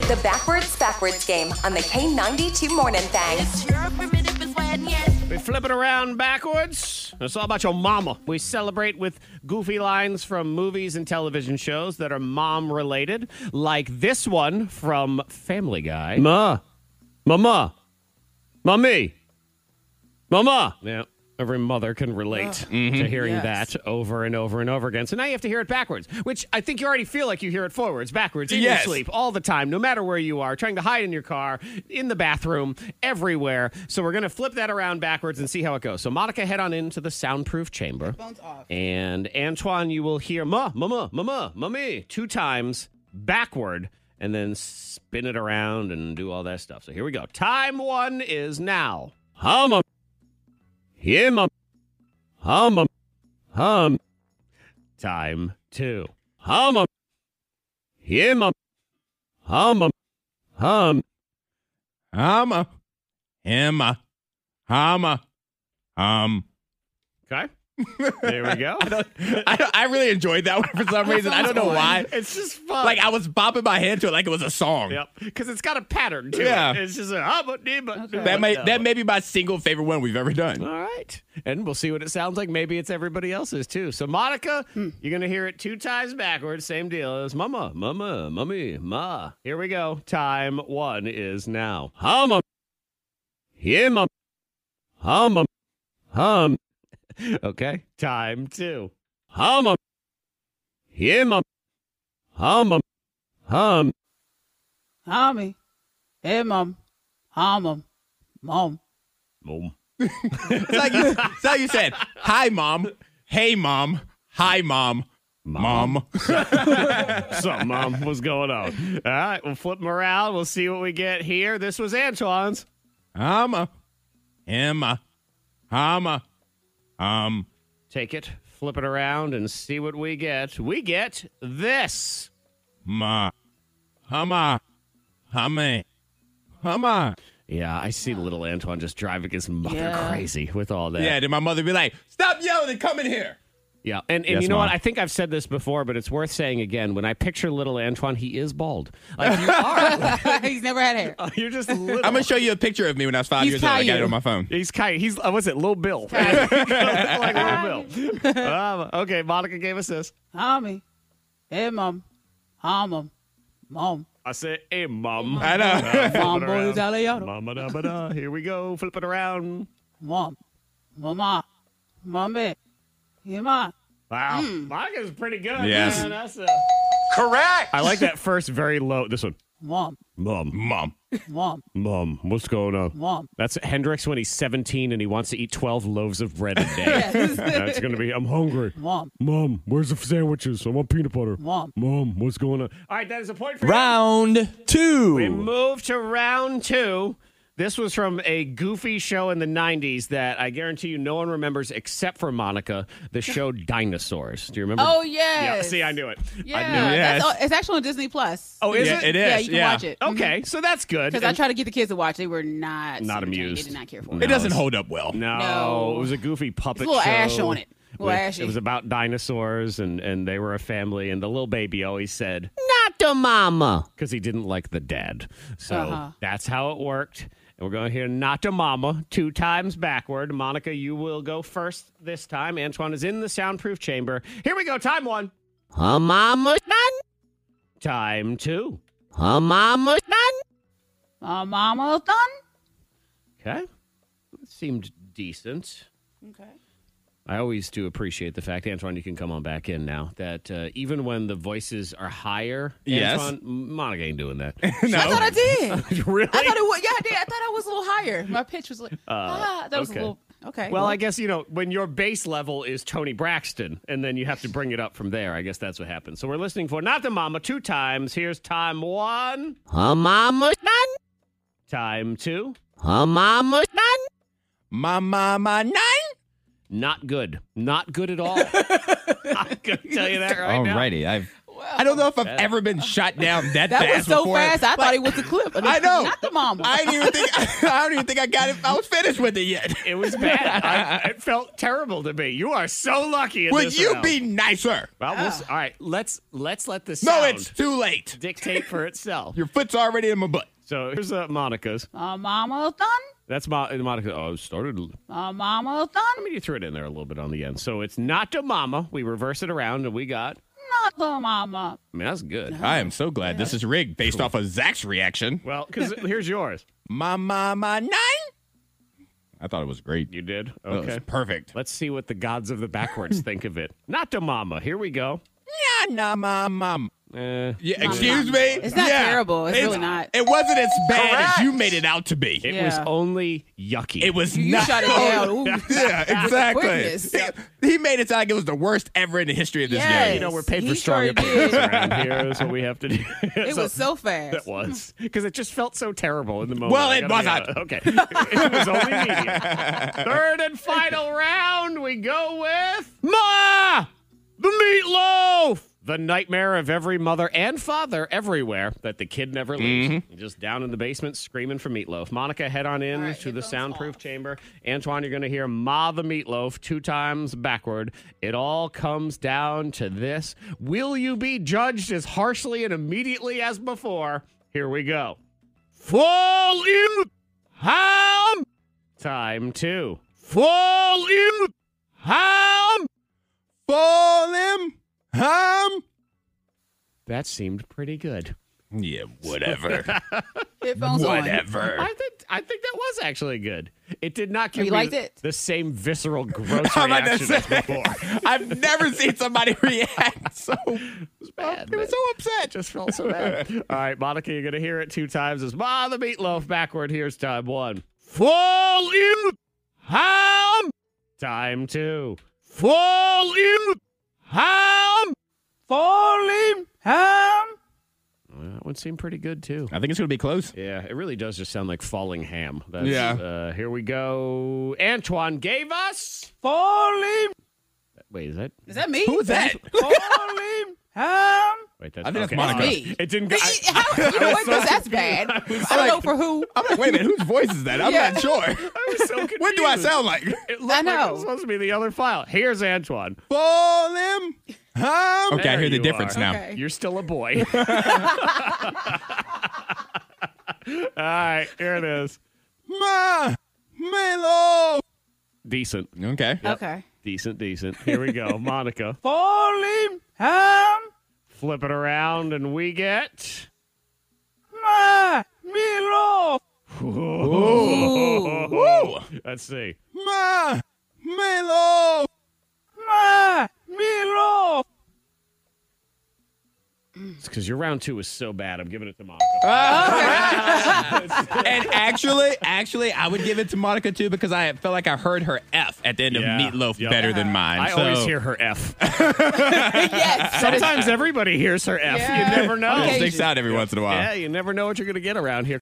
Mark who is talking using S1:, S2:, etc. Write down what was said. S1: The Backwards Backwards Game on the K92 Morning Thing.
S2: We flip it around backwards. It's all about your mama. We celebrate with goofy lines from movies and television shows that are mom related, like this one from Family Guy. Ma. Mama. Mommy. Mama. Yeah. Every mother can relate to hearing that over and over and over again. So now you have to hear it backwards, which I think you already feel like you hear it forwards, backwards, in
S3: Yes.
S2: your sleep, all the time, no matter where you are, trying to hide in your car, in the bathroom, everywhere. So we're going to flip that around backwards and see how it goes. So Monica, head on into the soundproof chamber. And Antoine, you will hear ma, mama, mama, mummy two times backward and then spin it around and do all that stuff. So here we go. Time one is now. Hum, um, yeah, mum. Hum, um, hum. Time two. Hum, um, yeah, mum. Hum, um, hum.
S3: Hama. Emma. Hama. Um.
S2: Okay. There we go.
S3: I, I really enjoyed that one for some reason. I don't know why.
S2: It's just fun.
S3: Like I was bopping my head to it like it was a song.
S2: Yep. Because it's got a pattern to
S3: Yeah.
S2: it. It's just a hum,
S3: That may that may be my single favorite one we've ever done.
S2: All right. And we'll see what it sounds like. Maybe it's everybody else's too. So, Monica, you're going to hear it two times backwards. Same deal as mama, mama, mummy, ma. Here we go. Time one is now. Hum, um. yeah, mum. Hum, um. hum. Okay. Time two. Hum, um. yeah, mum. Hum, um. hum.
S4: Mommy. Hey, mom. Hi, mom. Mom.
S2: Boom.
S3: It's like you, it's like you said, "Hi, mom." Hey, mom. Hi, mom. Mom.
S2: Something, Mom. What's going on? All right, we'll flip them around. We'll see what we get here. This was Antoine's.
S3: Hama. Emma. Hama. Um.
S2: Take it, flip it around, and see what we get. We get this.
S3: Ma. Hama. Hame. Hama.
S2: Yeah, I see little Antoine just driving his mother
S4: Yeah.
S2: crazy with all that.
S3: Yeah. Then my mother be like, "Stop yelling and come in here."
S2: Yeah, and, and
S3: Yes,
S2: you know
S3: Mom.
S2: what? I think I've said this before, but it's worth saying again. When I picture little Antoine, he is bald. Like you are.
S4: He's never had hair.
S2: You're just little.
S3: I'm gonna show you a picture of me when I was five
S4: He's
S3: years old. I got it
S4: Caillou.
S3: on my phone.
S2: He's kind. He's uh, what's it? Little Bill. like Little Bill. Um, okay, Monica gave us this.
S4: Mommy. Hey, mom. Hi, mom. Mom.
S2: I said, "Hey, mom."
S3: I know.
S4: Mom.
S2: Flip it around.
S4: boy, Italiano.
S2: Mama da ba da. Here we go. Flip it around.
S4: Mom. Mama. Mommy. Hey, ma.
S2: Wow. Monica's pretty good.
S3: Yes.
S2: man. Hmm. That's a- I like that first very low. This one.
S4: Mom.
S2: Mom,
S3: Mom.
S4: Mom.
S2: mom, what's going on?
S4: Mom.
S2: That's Hendrix when he's 17 and he wants to eat 12 loaves of bread a day. That's going to be, I'm hungry.
S4: Mom.
S2: Mom, where's the sandwiches? I want peanut butter.
S4: Mom.
S2: Mom, what's going on? All right, that is a point for you.
S3: Round
S2: We
S3: two.
S2: move to round two. This was from a goofy show in the 90s that I guarantee you no one remembers except for Monica, the show Dinosaurs. Do you remember?
S4: Oh,
S2: Yeah,
S4: yes.
S2: see, I knew it.
S4: Yeah.
S2: I knew it.
S3: Yes.
S4: That's, all- it's actually on Disney Plus.
S2: Oh, is
S3: Yeah,
S2: it?
S3: it is.
S4: yeah, you can
S3: yeah.
S4: watch it.
S2: Okay, so that's good.
S4: Because Mm-hmm. I
S2: And-
S4: tried to get the kids to watch. They were not.
S2: Not
S4: entertained.
S2: amused.
S4: They did not care for
S2: No.
S4: it.
S3: It doesn't hold up well.
S2: No,
S4: No.
S2: it was a goofy puppet
S4: There's a little
S2: show
S4: ash on it. A little
S2: with-
S4: ashy.
S2: It was about dinosaurs, and, and they were a family, and the little baby always said, Not the mama, because he didn't like the dad. So
S4: Uh-huh.
S2: that's how it worked. And we're going to hear Not the mama two times backward. Monica, you will go first this time. Antoine is in the soundproof chamber. Here we go. Time one. A mama done. Time two. A mama done.
S4: Uh, mama's done.
S2: Okay. That seemed decent.
S4: Okay.
S2: I always do appreciate the fact, Antoine, you can come on back in now, that uh, even when the voices are higher,
S3: Yes.
S2: Antoine, Monica ain't doing that.
S4: I thought I did.
S2: really?
S4: I thought it was. Yeah, I did. I thought I was a little higher. My pitch was like. ah, that was
S2: Uh, okay.
S4: a little. Okay.
S2: well, I guess, you know, when your base level is Tony Braxton and then you have to bring it up from there, I guess that's what happens. So we're listening for Not the Mama two times. Here's time one. A mama done. Time two. A mama done.
S3: Ma ma ma nine.
S2: Not good. Not good at all. I'm going to tell you that right now.
S3: I've I don't know if I've ever been shot down that,
S4: That
S3: fast
S4: was so
S3: before.
S4: fast. I
S3: Like,
S4: thought it was the clip.
S3: I know.
S4: Not the mama.
S3: I didn't even think. I don't even think I got it. I was finished with it yet.
S2: It was bad. I, it felt terrible to me. You are so lucky. In
S3: Would
S2: this
S3: you
S2: round.
S3: be nicer?
S2: Well, we'll s- all right. Let's let's let the
S3: No,
S2: sound
S3: it's too late.
S2: dictate for itself.
S3: Your foot's already in my butt.
S2: So here's uh, Monica's.
S4: I'm almost done.
S2: That's Mo- Monica. Oh, it started. I
S4: I'm almost done.
S2: mean, you threw it in there a little bit on the end. So it's not to mama. We reverse it around, and we got.
S4: Not the mama.
S2: I mean, that's good.
S3: I am so glad this is rigged based off of Zach's reaction.
S2: Well, because here's yours.
S3: Ma ma ma nine. I thought it was great.
S2: You did
S3: That was
S2: okay.
S3: perfect.
S2: Let's see what the gods of the backwards think of it. Not to mama. Here we go.
S3: Yeah, nah, ma ma.
S2: Eh,
S3: Yeah, excuse me.
S4: It's not
S3: Yeah.
S4: terrible. It's really not.
S3: It wasn't as bad as you made it out to be.
S2: it
S3: It,
S2: was
S4: Yeah.
S2: only yucky.
S3: was
S4: You
S3: not. Oh,
S4: shot it down. Ooh.
S3: yeah,
S4: Goodness.
S3: exactly. Yeah. He made it sound like it was the worst ever in the history of this
S4: Yes.
S3: game.
S2: You know, we're paid
S4: He
S2: for strong
S4: sure
S2: opinions
S4: did.
S2: around here. Is what we have to do.
S4: It was so fast.
S2: It was because it just felt so terrible in the moment.
S3: Well,
S2: I
S3: it
S2: gotta be
S3: wasn't.
S2: honest. Okay, it was only medium. Third and final round, we go with Ma, the meatloaf, the nightmare of every mother and father everywhere that the kid never leaves. Just down in the basement screaming for meatloaf. Monica, head on in to the soundproof chamber. Antoine, you're going to hear Ma, the meatloaf two times backward. It all comes down to this: Will you be judged as harshly and immediately as before? Here we go. Fall in ham. Time two. Fall in ham.
S3: Fall him. Hum.
S2: That seemed pretty good.
S3: Yeah, whatever.
S4: Headphones on.
S3: whatever.
S2: I think I think that was actually good. It did not give
S4: You
S2: me
S4: liked it?
S2: the same visceral gross
S3: I'm about to
S2: reaction as
S3: say,
S2: before. It
S3: I've never seen somebody react so.
S2: was bad.
S3: He was so
S2: man.
S3: upset.
S2: just felt so bad. All right, Monica, you're gonna hear it two times as Ma the meatloaf backward. Here's time one. Fall in ham. Time two. Fall in ham.
S4: Falling ham.
S2: Well, that one seemed pretty good too.
S3: I think it's gonna be close.
S2: Yeah, it really does just sound like falling ham. That's,
S3: Yeah.
S2: Uh, here we go. Antoine gave us.
S4: Falling.
S2: Wait, is that?
S4: Is that me?
S3: Who was that?
S4: Falling ham.
S2: Wait, that's.
S3: I think that's
S2: okay. Uh,
S3: Monica.
S4: That's me.
S2: It didn't. Go, I-
S4: How, you know what? 'Cause that's bad. I don't know for who.
S3: I'm like, wait a minute, whose voice is that? I'm
S4: Yeah.
S3: not sure.
S2: I was so confused.
S3: What do I sound like?
S2: It looked Like
S4: I
S2: it
S4: know.
S2: was supposed to be the other file. Here's Antoine.
S3: Fall him. Hum. Okay, I
S2: There
S3: hear the
S2: you
S3: difference
S2: are.
S3: now.
S4: Okay.
S2: You're still a boy. All right, here it is.
S3: Ma, Melo.
S2: Decent,
S3: Okay.
S4: Okay.
S2: decent, decent. Here we go, Monica.
S4: Falling ham.
S2: Flip it around, and we get.
S4: My meatloaf. Ooh.
S3: Woo.
S2: Let's see.
S3: Ma, Melo.
S4: My meatloaf.
S2: It's because your round two is so bad. I'm giving it to Monica.
S3: And actually, actually, I would give it to Monica too because I felt like I heard her F at the end
S2: Yeah.
S3: of Meatloaf
S2: Yep.
S3: better than mine.
S2: I
S3: so-
S2: always hear her F.
S4: yes.
S2: Sometimes everybody hears her F.
S4: Yeah.
S2: You never know.
S4: Okay.
S3: It sticks out every once in a while.
S2: Yeah, you never know what you're going to get around here.